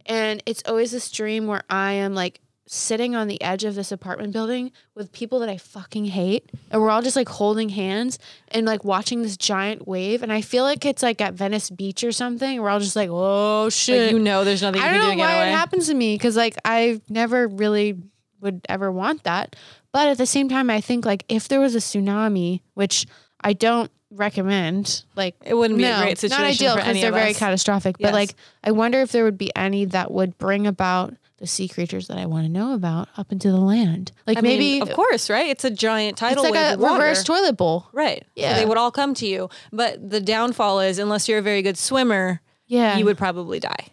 A: And it's always this dream where I am like sitting on the edge of this apartment building with people that I fucking hate and we're all just like holding hands and like watching this giant wave and I feel like it's like at Venice Beach or something. We're all just like, "Oh shit."
B: Like, you know, there's nothing you
A: I
B: can do
A: don't
B: to
A: know
B: get
A: why
B: away.
A: it happens to me because like I never really would ever want that. But at the same time, I think like if there was a tsunami, which I don't recommend, like
B: It wouldn't be a
A: no,
B: great situation
A: not ideal
B: for any
A: they're
B: of
A: very
B: us.
A: catastrophic.
B: Yes.
A: But like I wonder if there would be any that would bring about the sea creatures that I want to know about up into the land. Like
B: I mean,
A: maybe
B: of course, right? It's a giant
A: it's
B: tidal
A: like
B: wave
A: a
B: of water.
A: reverse toilet bowl.
B: Right.
A: Yeah.
B: So they would all come to you. But the downfall is unless you're a very good swimmer,
A: Yeah,
B: you would probably die.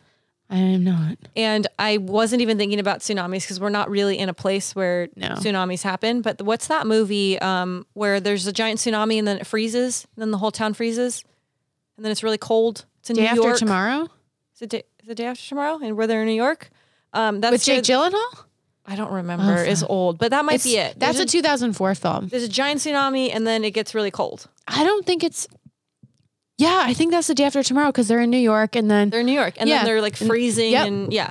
A: I am not.
B: And I wasn't even thinking about tsunamis because we're not really in a place where
A: No.
B: tsunamis happen. But what's that movie um, where there's a giant tsunami and then it freezes, and then the whole town freezes, and then it's really cold. It's in
A: Day
B: New
A: after
B: York.
A: tomorrow
B: Is it, day, is it day after tomorrow? And where they're in New York? Um, that's
A: with Jake Gyllenhaal.
B: I don't remember.
A: Oh,
B: it's
A: fuck.
B: old, but that might
A: It's-
B: be it.
A: That's
B: there's
A: a 2004 film.
B: there's a giant tsunami and then it gets really cold.
A: I don't think it's. Yeah, I think that's the day after tomorrow because they're in New York, and then
B: They're in New York, and
A: Yeah.
B: then they're like freezing,
A: yep.
B: and yeah,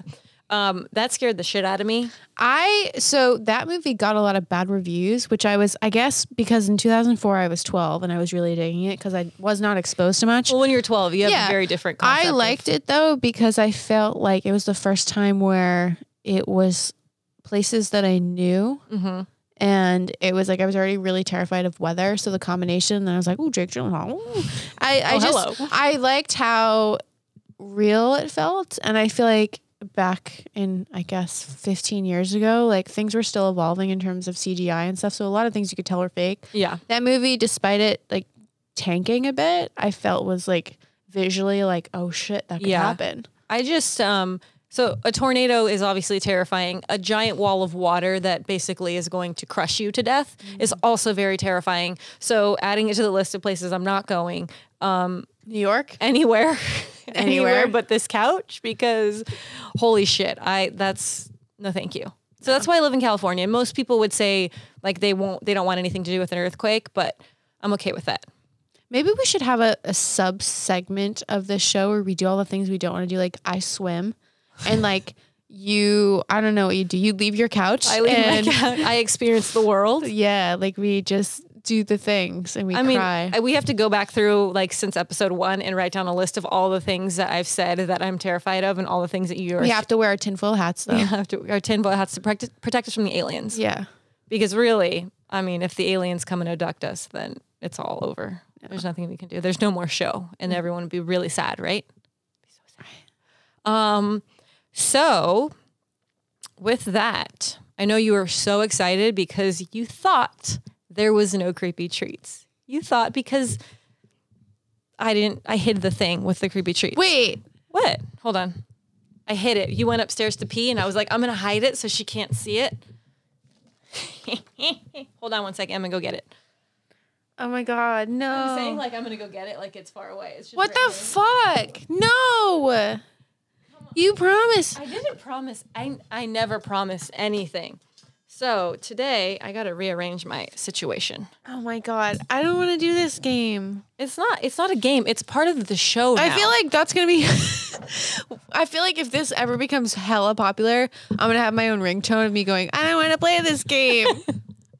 B: um, that scared the shit out of me.
A: I. So that movie got a lot of bad reviews, which I was, I guess, because in 2004 I was 12 and I was really digging it because I was not exposed to much.
B: Well, when you're 12, you have
A: Yeah.
B: a very different. Concept
A: I
B: of-
A: liked it though because I felt like it was the first time where it was places that I knew.
B: Mhm.
A: And it was like I was already really terrified of weather, so the combination. Then I was like, "Oh, Jake Gyllenhaal." ooh." I, I
B: Oh,
A: just
B: hello.
A: I liked how real it felt, and I feel like back in I guess 15 years ago, like things were still evolving in terms of CGI and stuff. So a lot of things you could tell were fake.
B: Yeah,
A: That movie, despite it like tanking a bit, I felt was like visually like, oh shit, that could
B: Yeah.
A: happen.
B: I just um. So a tornado is obviously terrifying. A giant wall of water that basically is going to crush you to death is
A: Mm.
B: also very terrifying. So adding it to the list of places I'm not going um,
A: New York.
B: anywhere, anywhere,
A: Anywhere.
B: but this couch because holy shit, I that's no thank you. So that's why I live in California. Most people would say like they won't they don't want anything to do with an earthquake, but I'm okay with that.
A: Maybe we should have a, a sub segment of this show where we do all the things we don't want to do. Like I swim and like you I don't know what you do. You leave your couch.
B: I leave
A: and
B: my couch. I experience the world.
A: yeah, like we just do the things and we
B: I mean,
A: cry.
B: I- we have to go back through like since episode one and write down a list of all the things that I've said that I'm terrified of and all the things that you are.
A: we have to wear our tinfoil hats though.
B: You
A: Yeah.
B: have to, our tinfoil hats to protect, protect us from the aliens. Because really, I mean, if the aliens come and abduct us, then it's all over. There's nothing we can do. There's no more show, and everyone would be really sad, right? Mm. Be so sad. Um, so with that, I know you were so excited because you thought there was no creepy treats. You thought because I didn't. I hid the thing with the creepy treats.
A: Wait.
B: What? Hold on. I hid it. You went upstairs to pee, and I was like, I'm gonna hide it so she can't see it. Hold on one second. I'm gonna go get it.
A: Oh my god, no.
B: I'm saying like I'm gonna go get it, like it's far away. It's just
A: Oh. what
B: right
A: the fuck? No. You promised.
B: here. I didn't promise. I I never promised anything. So today I gotta rearrange my situation.
A: Oh my god, I don't want to do this game.
B: It's not. It's not a game. It's part of the show.
A: I
B: now.
A: feel like that's gonna be. I feel like if this ever becomes hella popular, I'm gonna have my own ringtone of me going, "I don't want to play this game."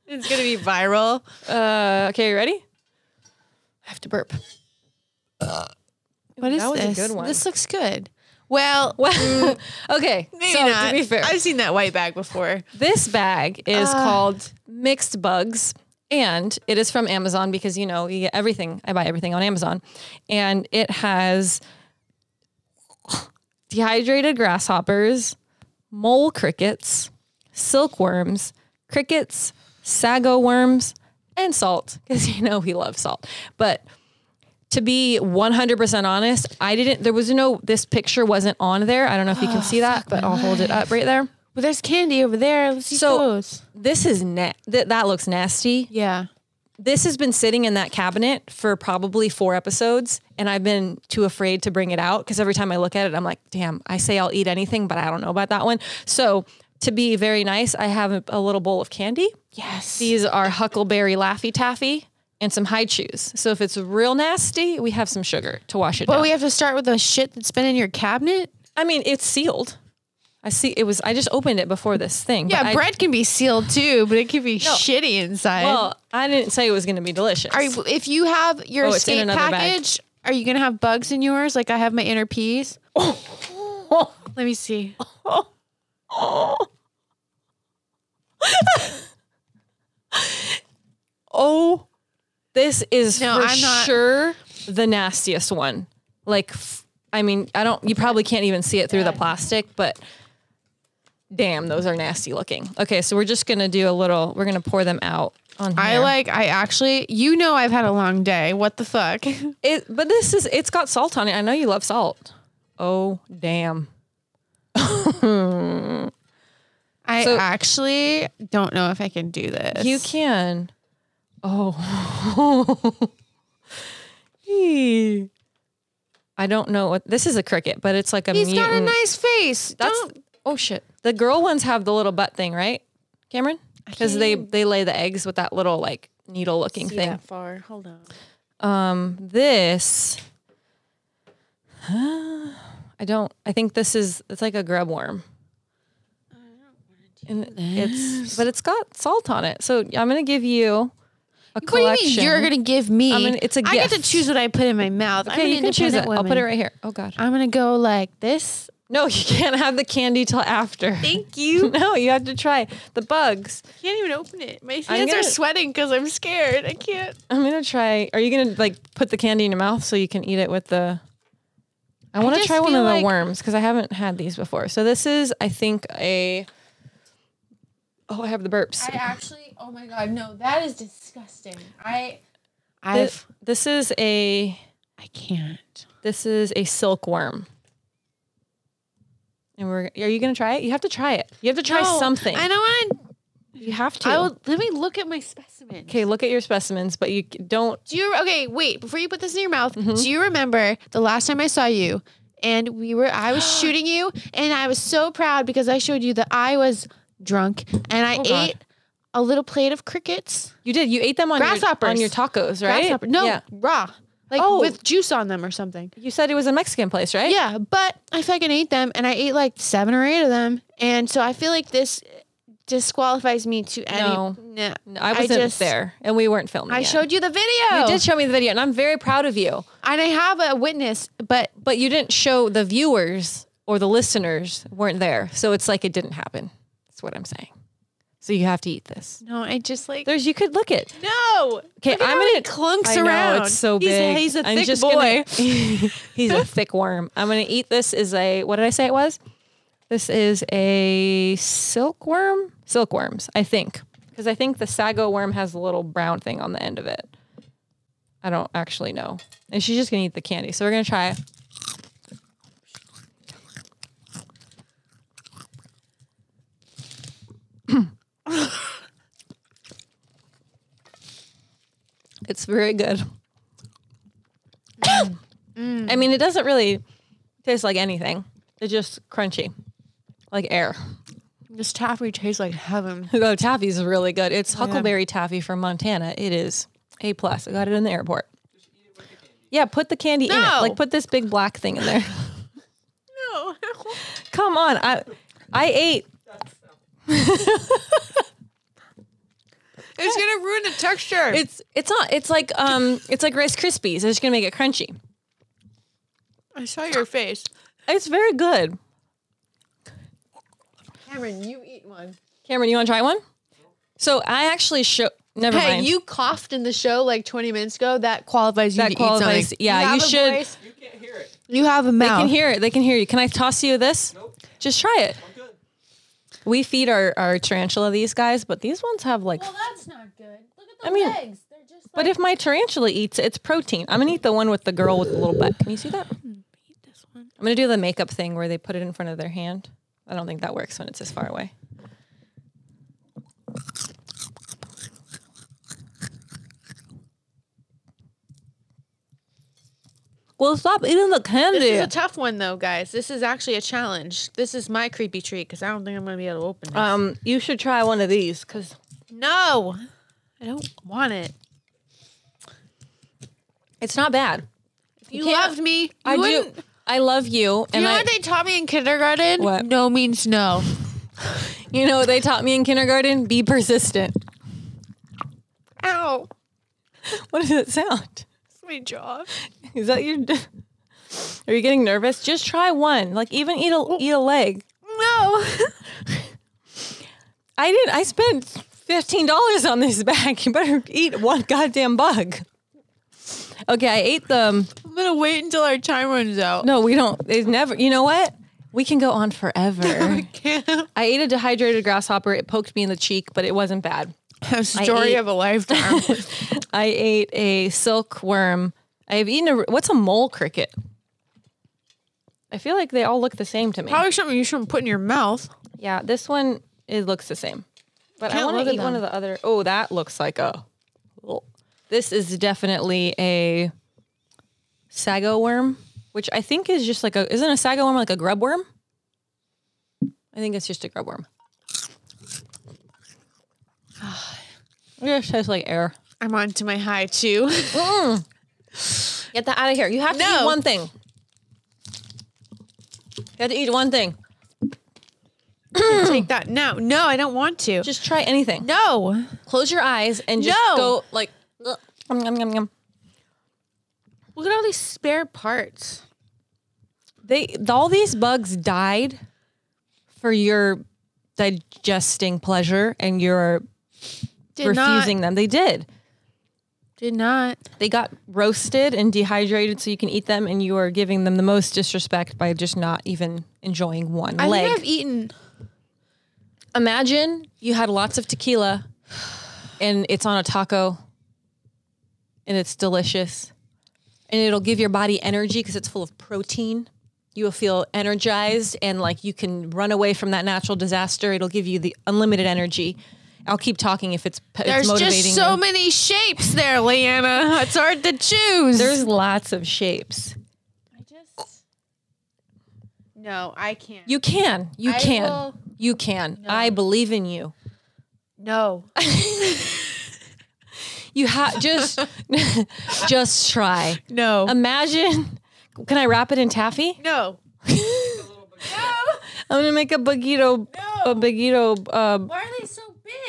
A: it's gonna be viral.
B: Uh, okay, you ready? I have to burp.
A: What is
B: that was a
A: this?
B: good one.
A: This looks good. Well,
B: Well, okay.
A: Mm. maybe
B: so
A: not.
B: to be fair,
A: I've seen that white bag before.
B: This bag is called Mixed Bugs, And it is from Amazon because you know you get everything. I buy everything on Amazon, and it has dehydrated grasshoppers, mole crickets, silkworms, crickets, sago worms, and salt because you know we love salt. But to be 100% honest, I didn't. There was no. This picture wasn't on there. I don't know if you can see that, but I'll hold it up right there.
A: But there's candy over there. Let's see
B: So-
A: those.
B: This is na- th- that looks nasty
A: Yeah.
B: this has been sitting in that cabinet for probably four episodes, and I've been too afraid to bring it out because every time I look at it, I'm like, damn, I say I'll eat anything, but I don't know about that one. So, to be very nice, I have a, a little bowl of candy.
A: Yes.
B: These are Huckleberry Laffy Taffy and some high chews. So, if it's real nasty, we have some sugar to wash it
A: But
B: down.
A: we have to start with the shit that's been in your cabinet.
B: I mean, it's sealed. I see it was, I just opened it before this thing.
A: Yeah,
B: but I-
A: bread can be sealed too, but it can be shitty inside.
B: Well, I didn't say it was going to be delicious.
A: Are you, if you have your
B: Oh, it's in
A: escape
B: another bag.
A: package, are you gonna have bugs in yours? Like I have my inner peas. Let me see.
B: oh, this is
A: No,
B: for
A: I'm not-
B: sure the nastiest one. Like, f- I mean, I don't, you probably can't even see it through the plastic, but damn, those are nasty looking. Okay, so we're just gonna do a little, we're gonna pour them out on here.
A: I like. I actually, you know, I've had a long day. What the fuck?
B: it, but this is, it's got salt on it. I know you love salt. Oh, damn.
A: I
B: So-
A: actually don't know if I can do this.
B: You can. Oh. Eee. I don't know what this is a cricket, but it's like a
A: He's
B: mutant.
A: got a nice face.
B: That's
A: don't.
B: oh shit. The girl ones have the little butt thing, right, Cameron? Because they they lay the eggs with that little like needle looking thing.
A: far. Hold on.
B: Um, this. I don't. I think this is. It's like a grub worm. And it's, but it's got salt on it. So I'm gonna give you a
A: What
B: collection.
A: do you mean you're gonna give me?
B: I'm gonna- it's a
A: I get to
B: gift.
A: choose what I put in my mouth. I'm
B: Okay,
A: an
B: you can choose it.
A: independent
B: I'll put it
A: woman.
B: right here. Oh God.
A: I'm gonna go like this.
B: No, you can't have the candy till after.
A: Thank you.
B: No, you have to try the bugs.
A: can't even open it. My hands
B: gonna-
A: are sweating because I'm scared. I can't.
B: I'm gonna try. Are you gonna like put the candy in your mouth so you can eat it with the? I want to
A: just
B: try one
A: feel
B: of the
A: like-
B: worms because I haven't had these before. So this is, I think, a. Oh, I have the burps.
A: I actually, oh my god, no, that is disgusting. I,
B: Thi-
A: I've,
B: this is a
A: I can't.
B: this is a silkworm. And we're. Are you gonna try it? You have to try it. You have to try something.
A: I don't want
B: You have
A: to.
B: to.
A: I will. Let me look at my specimen.
B: okay, look at your specimens, but you c- don't.
A: Do you? Okay, wait. Before you put this in your mouth, do you remember the last time I saw you? And we were, I was shooting you, and I was so proud because I showed you that I was drunk and I
B: God.
A: ate a little plate of crickets,
B: You did. You ate them on your, on
A: Grasshoppers.
B: your tacos, right?
A: grasshopper- no,
B: Yeah.
A: raw, like
B: Oh.
A: with juice on them or something.
B: You said it was a Mexican place, right?
A: Yeah, but I fucking ate them and I ate like seven or eight of them. And so I feel like this disqualifies me to any.
B: No.
A: Nah.
B: No, I wasn't
A: just-
B: there, and we weren't filming.
A: I
B: yet.
A: showed you the video.
B: You did show me the video, and I'm very proud of you.
A: and I have a witness, but
B: But you didn't show the viewers or the listeners weren't there, so it's like it didn't happen. That's what I'm saying. So you have to eat this.
A: no, I just like.
B: There's you could look it.
A: no.
B: Okay,
A: Look at
B: I'm
A: how he
B: gonna
A: clunks
B: I know,
A: around.
B: It's so
A: He's-
B: big.
A: He's, a
B: I'm
A: thick
B: just
A: boy.
B: gonna- he's a thick worm. I'm gonna eat this. Is a what did I say it was? This is a silkworm. Silkworms, I think, because I think the sago worm has a little brown thing on the end of it. I don't actually know. And she's just gonna eat the candy. So we're gonna try. It's very good. I mean, it doesn't really taste like anything. It's just crunchy, like air.
A: This taffy tastes like heaven.
B: Oh, taffy's really good. It's huckleberry taffy from Montana. It is a plus. I got it in the airport. Yeah, put the candy in it.
A: No.
B: Like put this big black thing in there.
A: No.
B: Come on, I I ate.
A: it's going to ruin the texture.
B: It's it's not. It's like um. It's like Rice Krispies. It's just gonna make it crunchy.
A: I saw your face.
B: It's very good.
A: Cameron, you eat one.
B: Cameron, you want to try one? So I actually show Never
A: hey,
B: mind.
A: you coughed in the show like 20 minutes ago. That qualifies you
B: That
A: to eat
B: qualifies-
A: something.
B: yeah,
A: have
B: you
A: a
B: should-
A: voice,
C: You can't hear it.
A: you have a
B: they
A: mouth.
B: can hear it. They can hear you. Can I toss you this?
C: Nope.
B: Just try it.
C: I'm good.
B: We feed our, our tarantula these guys, but these ones have like.
D: Well, that's not good. Look at the
B: I mean-
D: legs. They're just like
B: But if my tarantula eats, it, it's protein. I'm gonna eat the one with the girl with the little butt. Can you see that?
A: Hmm,
B: I'm gonna do the makeup thing where they put it in front of their hand. I don't think that works when it's this far away. Well, stop eating the candy.
A: This is a tough one though, guys. This is actually a challenge. This is my creepy treat because I don't think I'm gonna be able to open it.
B: um, you should try one of these because
A: no, I don't want it.
B: it's not bad.
A: If you
B: can't-
A: loved me. You
B: I
A: wouldn't.
B: do. I love you,
A: You
B: and
A: know
B: I,
A: what they taught me in kindergarten?
B: What?
A: No means no.
B: you know what they taught me in kindergarten: be persistent.
A: Ow,
B: What does it sound?
A: it's my jaw.
B: Is that your? Are you getting nervous? Just try one. Like even eat a eat a leg.
A: No,
B: I did. I spent fifteen dollars on this bag. You better eat one goddamn bug. Okay, I ate them.
A: I'm gonna wait until our time runs out.
B: No, we don't. It's never. You know what? We can go on forever.
A: can't.
B: I ate a dehydrated grasshopper. It poked me in the cheek, but it wasn't bad.
A: A story
B: ate-
A: of a lifetime.
B: I ate a silkworm. I've eaten a. What's a mole cricket? I feel like they all look the same to me.
A: Probably something you shouldn't put in your mouth.
B: Yeah, this one it looks the same. But I
A: Can't
B: want
A: look
B: to
A: at
B: eat one of the other. Oh, that looks like a. oh. This is definitely a sago worm, which I think is just like a. Isn't a sago worm like a grub worm? I think it's just a grub worm. It just tastes like air.
A: I'm on to my high too.
B: Get that out of here. You have to
A: No.
B: eat one thing. You have to eat one thing.
A: Take that now. No, I don't want to.
B: Just try anything.
A: no.
B: Close your eyes and just
A: No.
B: go like. ugh, Yum, yum, yum, yum.
A: Look at all these spare parts.
B: They all these bugs died for your digesting pleasure and your
A: Did
B: refusing
A: Not,
B: them. They did.
A: did not.
B: They got roasted and dehydrated so you can eat them, and you are giving them the most disrespect by just not even enjoying one
A: I
B: leg.
A: think I've eaten.
B: Imagine you had lots of tequila, and it's on a taco, and it's delicious, and it'll give your body energy because it's full of protein. You will feel energized and like you can run away from that natural disaster. It'll give you the unlimited energy. I'll keep talking if it's, it's
A: There's
B: motivating.
A: just so
B: you.
A: many shapes there, Leanna. It's hard to choose.
B: There's lots of shapes.
D: I just
A: no, I can't.
B: You can. You
A: I
B: can.
A: will-
B: you can. I believe in you.
A: no.
B: You have just just try.
A: No.
B: Imagine. Can I wrap it in taffy?
A: no.
B: I'm gonna make a baguito, a baguito, uh,
D: why are they so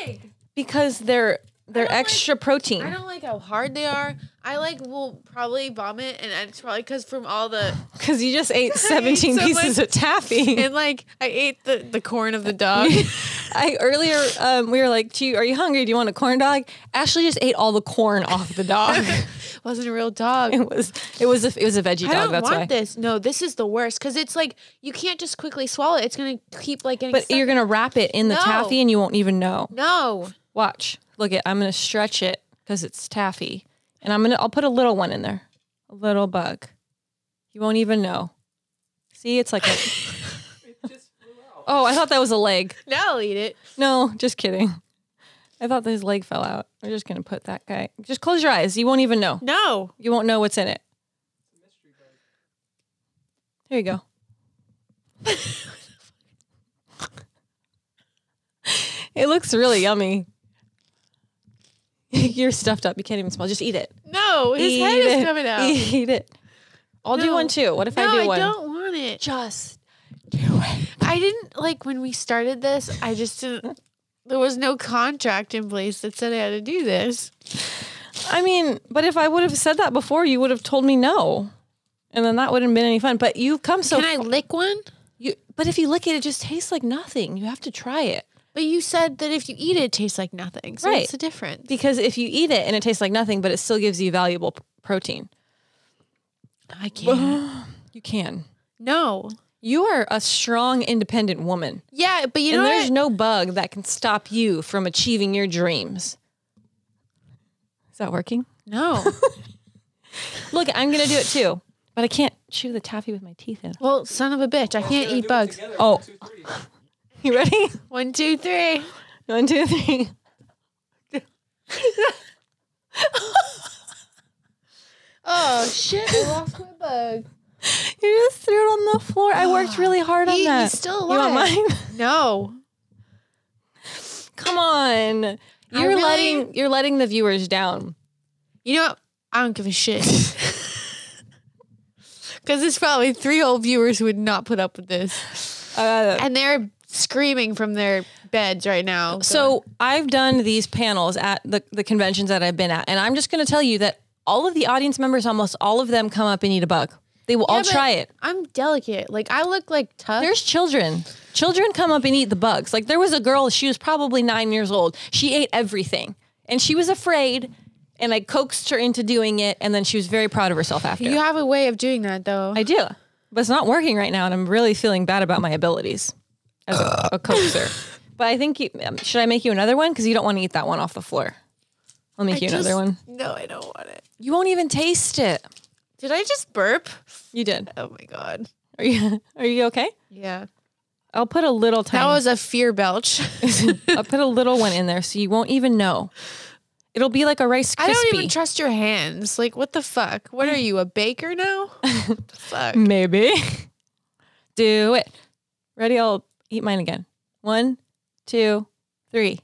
D: big?
B: because they're they're
A: like-
B: extra protein.
A: I don't like how hard they are. I like will probably vomit, and it's probably because from all the
B: Because you just ate 17
A: so
B: pieces
A: much-
B: of taffy.
A: and like I ate the the corn of the dog.
B: I earlier um, we were like, "Do you, are you hungry? Do you want a corn dog?" Ashley just ate all the corn off the dog.
A: wasn't a real dog.
B: it was it was a, it was a veggie
A: I
B: dog.
A: don't
B: that's
A: want
B: why.
A: this. No, this is the worst because it's like you can't just quickly swallow it. It's gonna keep like getting.
B: But
A: stuck.
B: you're gonna wrap it in the
A: No.
B: taffy, and you won't even know.
A: no.
B: Watch. Look it. I'm gonna stretch it because it's taffy, and I'm gonna. I'll put a little one in there. A little bug. You won't even know. See, it's like a. oh, I thought that was a leg.
A: No, I'll eat it.
B: No, just kidding. I thought his leg fell out. We're just gonna put that guy. Just close your eyes. You won't even know.
A: No.
B: You won't know what's in it. Here you go. it looks really yummy. You're stuffed up. You can't even smell. Just eat it.
A: No. His
B: Eat
A: head is
B: it.
A: coming out.
B: Eat it. I'll do
A: No.
B: one too. What if
A: no,
B: I do
A: I
B: one?
A: don't want it.
B: Just do it.
A: I didn't like when we started this. I just didn't. There was no contract in place that said I had to do this.
B: I mean, but if I would have said that before, you would have told me no. And then that wouldn't have been any fun. But you've come so
A: Can I lick one?
B: You, but if you lick it, it just tastes like nothing. You have to try it.
A: But you said that if you eat it, it tastes like nothing. So
B: Right.
A: what's the difference?
B: Because if you eat it and it tastes like nothing, but it still gives you valuable p- protein,
A: I can't.
B: you can.
A: no.
B: You are a strong, independent woman,
A: Yeah, but you
B: and
A: know
B: there's
A: what?
B: no bug that can stop you from achieving your dreams. Is that working?
A: No.
B: Look, I'm gonna do it too, but I can't chew the taffy with my teeth in.
A: well, son of a bitch, I can't eat bugs.
B: Oh. You ready?
A: One, two, three.
B: One, two, three.
A: Oh shit! I lost my bug.
B: You just threw it on the floor. I worked really hard on
A: He-
B: that.
A: he's still
B: You want
A: alive.
B: mine?
A: No.
B: Come on. You're
A: really-
B: letting you're letting the viewers down.
A: You know what? I don't give a shit. Because there's probably three old viewers who would not put up with this,
B: Uh,
A: and they're screaming from their beds right now.
B: so I've done these panels at the, the conventions that I've been at, and I'm just going to tell you that all of the audience members, almost all of them, come up and eat a bug. They will all
A: but
B: try it.
A: I'm delicate. Like I look like tough.
B: There's children. Children come up and eat the bugs. Like there was a girl, she was probably nine years old. She ate everything, and she was afraid. And I coaxed her into doing it, and then she was very proud of herself after.
A: you have a way of doing that though.
B: I do, but it's not working right now, and I'm really feeling bad about my abilities as a, a coaxer. But I think you, um, should I make you another one because you don't want to eat that one off the floor. I'll make you another one.
A: No, I don't want it.
B: You won't even taste it.
A: Did I just burp?
B: You did.
A: Oh my god.
B: Are you Are you okay?
A: Yeah.
B: I'll put a little
A: That
B: tiny.
A: was a fear belch.
B: I'll put a little one in there so you won't even know. It'll be like a rice
A: I
B: crispy.
A: don't even trust your hands. Like what the fuck? What are you, a baker now? fuck.
B: Maybe. Do it. Ready? I'll eat mine again. One, two, three.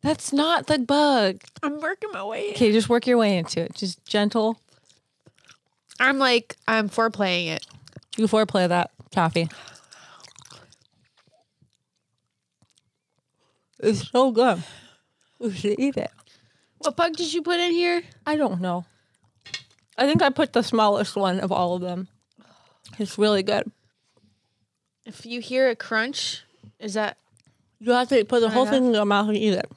B: That's not the bug.
A: I'm working my way. in.
B: Okay, just work your way into it. Just gentle.
A: I'm like I'm foreplaying it.
B: You foreplay that coffee. It's so good. We should eat it.
A: What bug did you put in here?
B: I don't know. I think I put the smallest one of all of them. It's really good.
A: If you hear a crunch, is that
B: You have to put the whole
A: enough.
B: thing in your mouth and eat it.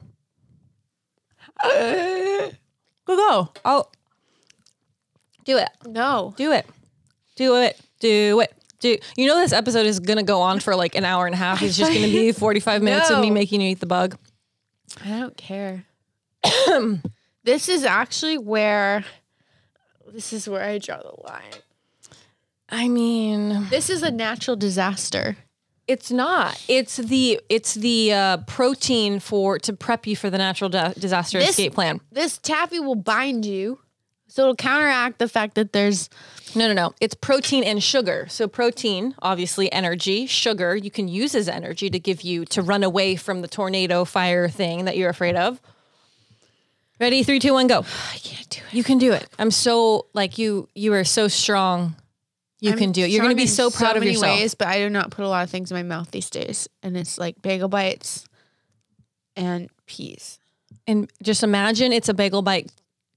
B: Go go. I'll do it.
A: no?
B: Do it. Do it. Do it. Do you know this episode is gonna go on for like an hour and a half? It's just gonna be forty five minutes of me
A: No.
B: making you eat the bug.
A: I don't care. this is actually where this is where I draw the line.
B: I mean,
A: This is a natural disaster.
B: it's not. It's the it's the uh, protein for to prep you for the natural di- disaster
A: This-
B: escape plan.
A: This taffy will bind you, so it'll counteract the fact that there's
B: No, no, no. It's protein and sugar. So protein, obviously energy, sugar you can use as energy to give you to run away from the tornado fire thing that you're afraid of. Ready, three, two, one, go.
A: I can't do it.
B: You can do it. I'm so like you. You are so strong. You can do it. You're going to be so
A: Strong in
B: proud of
A: many
B: yourself.
A: Ways, but I do not put a lot of things in my mouth these days, and it's like bagel bites and peas.
B: And just imagine it's a bagel bite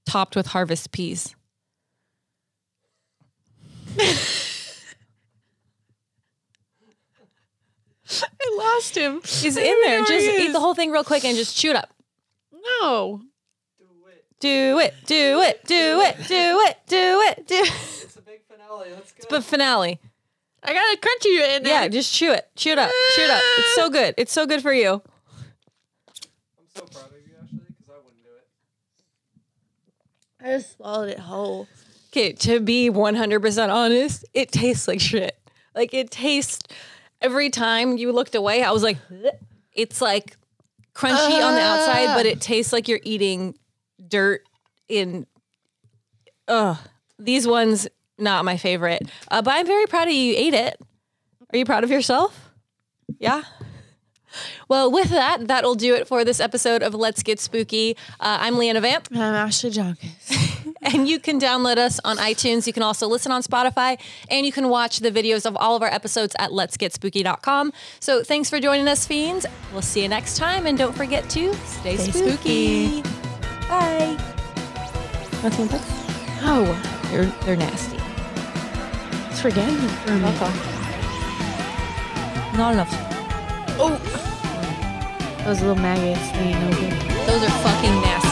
B: topped with harvest peas.
A: I lost him.
B: Is in there. Just eat the whole thing real quick and just chew it up.
A: No,
B: Do it. Do it. Do it. Do it. Do it. Do. It.
C: It's a big finale. Let's go.
B: But finale.
A: I got a crunchy in
B: Yeah,
A: there.
B: just chew it. Chew it up. Chew it up. It's so good. It's so good for you.
C: I'm so proud of you, Ashley, because I wouldn't do it.
A: I just swallowed it whole.
B: Okay, to be 100% honest, it tastes like shit. Like it tastes every time you looked away, I was like "Bleh." it's like crunchy on the outside, but it tastes like you're eating dirt in Ugh. These ones not my favorite. Uh, but I'm very proud of you. You ate it. Are you proud of yourself? Yeah. Well, with that, that'll do it for this episode of Let's Get Spooky. Uh, I'm Leanna Vamp.
A: I'm Ashley Jenkins.
B: And you can download us on iTunes. You can also listen on Spotify, and you can watch the videos of all of our episodes at letsgetspooky.com. So thanks for joining us, fiends. We'll see you next time, and don't forget to stay, spooky. Bye. Want some bugs? Oh, they're they're nasty.
A: It's forgetting.
B: Not enough.
A: Oh. Those little maggots, they ain't no good.
B: Those are fucking nasty.